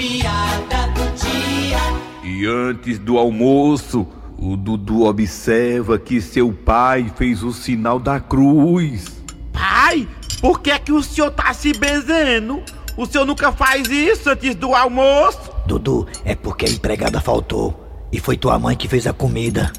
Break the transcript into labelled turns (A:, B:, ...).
A: piada do dia.
B: E antes do almoço, o Dudu observa que seu pai fez o sinal da cruz.
C: Pai, por que é que o senhor tá se benzendo? O senhor nunca faz isso antes do almoço?
D: Dudu, é porque a empregada faltou. E foi tua mãe que fez a comida.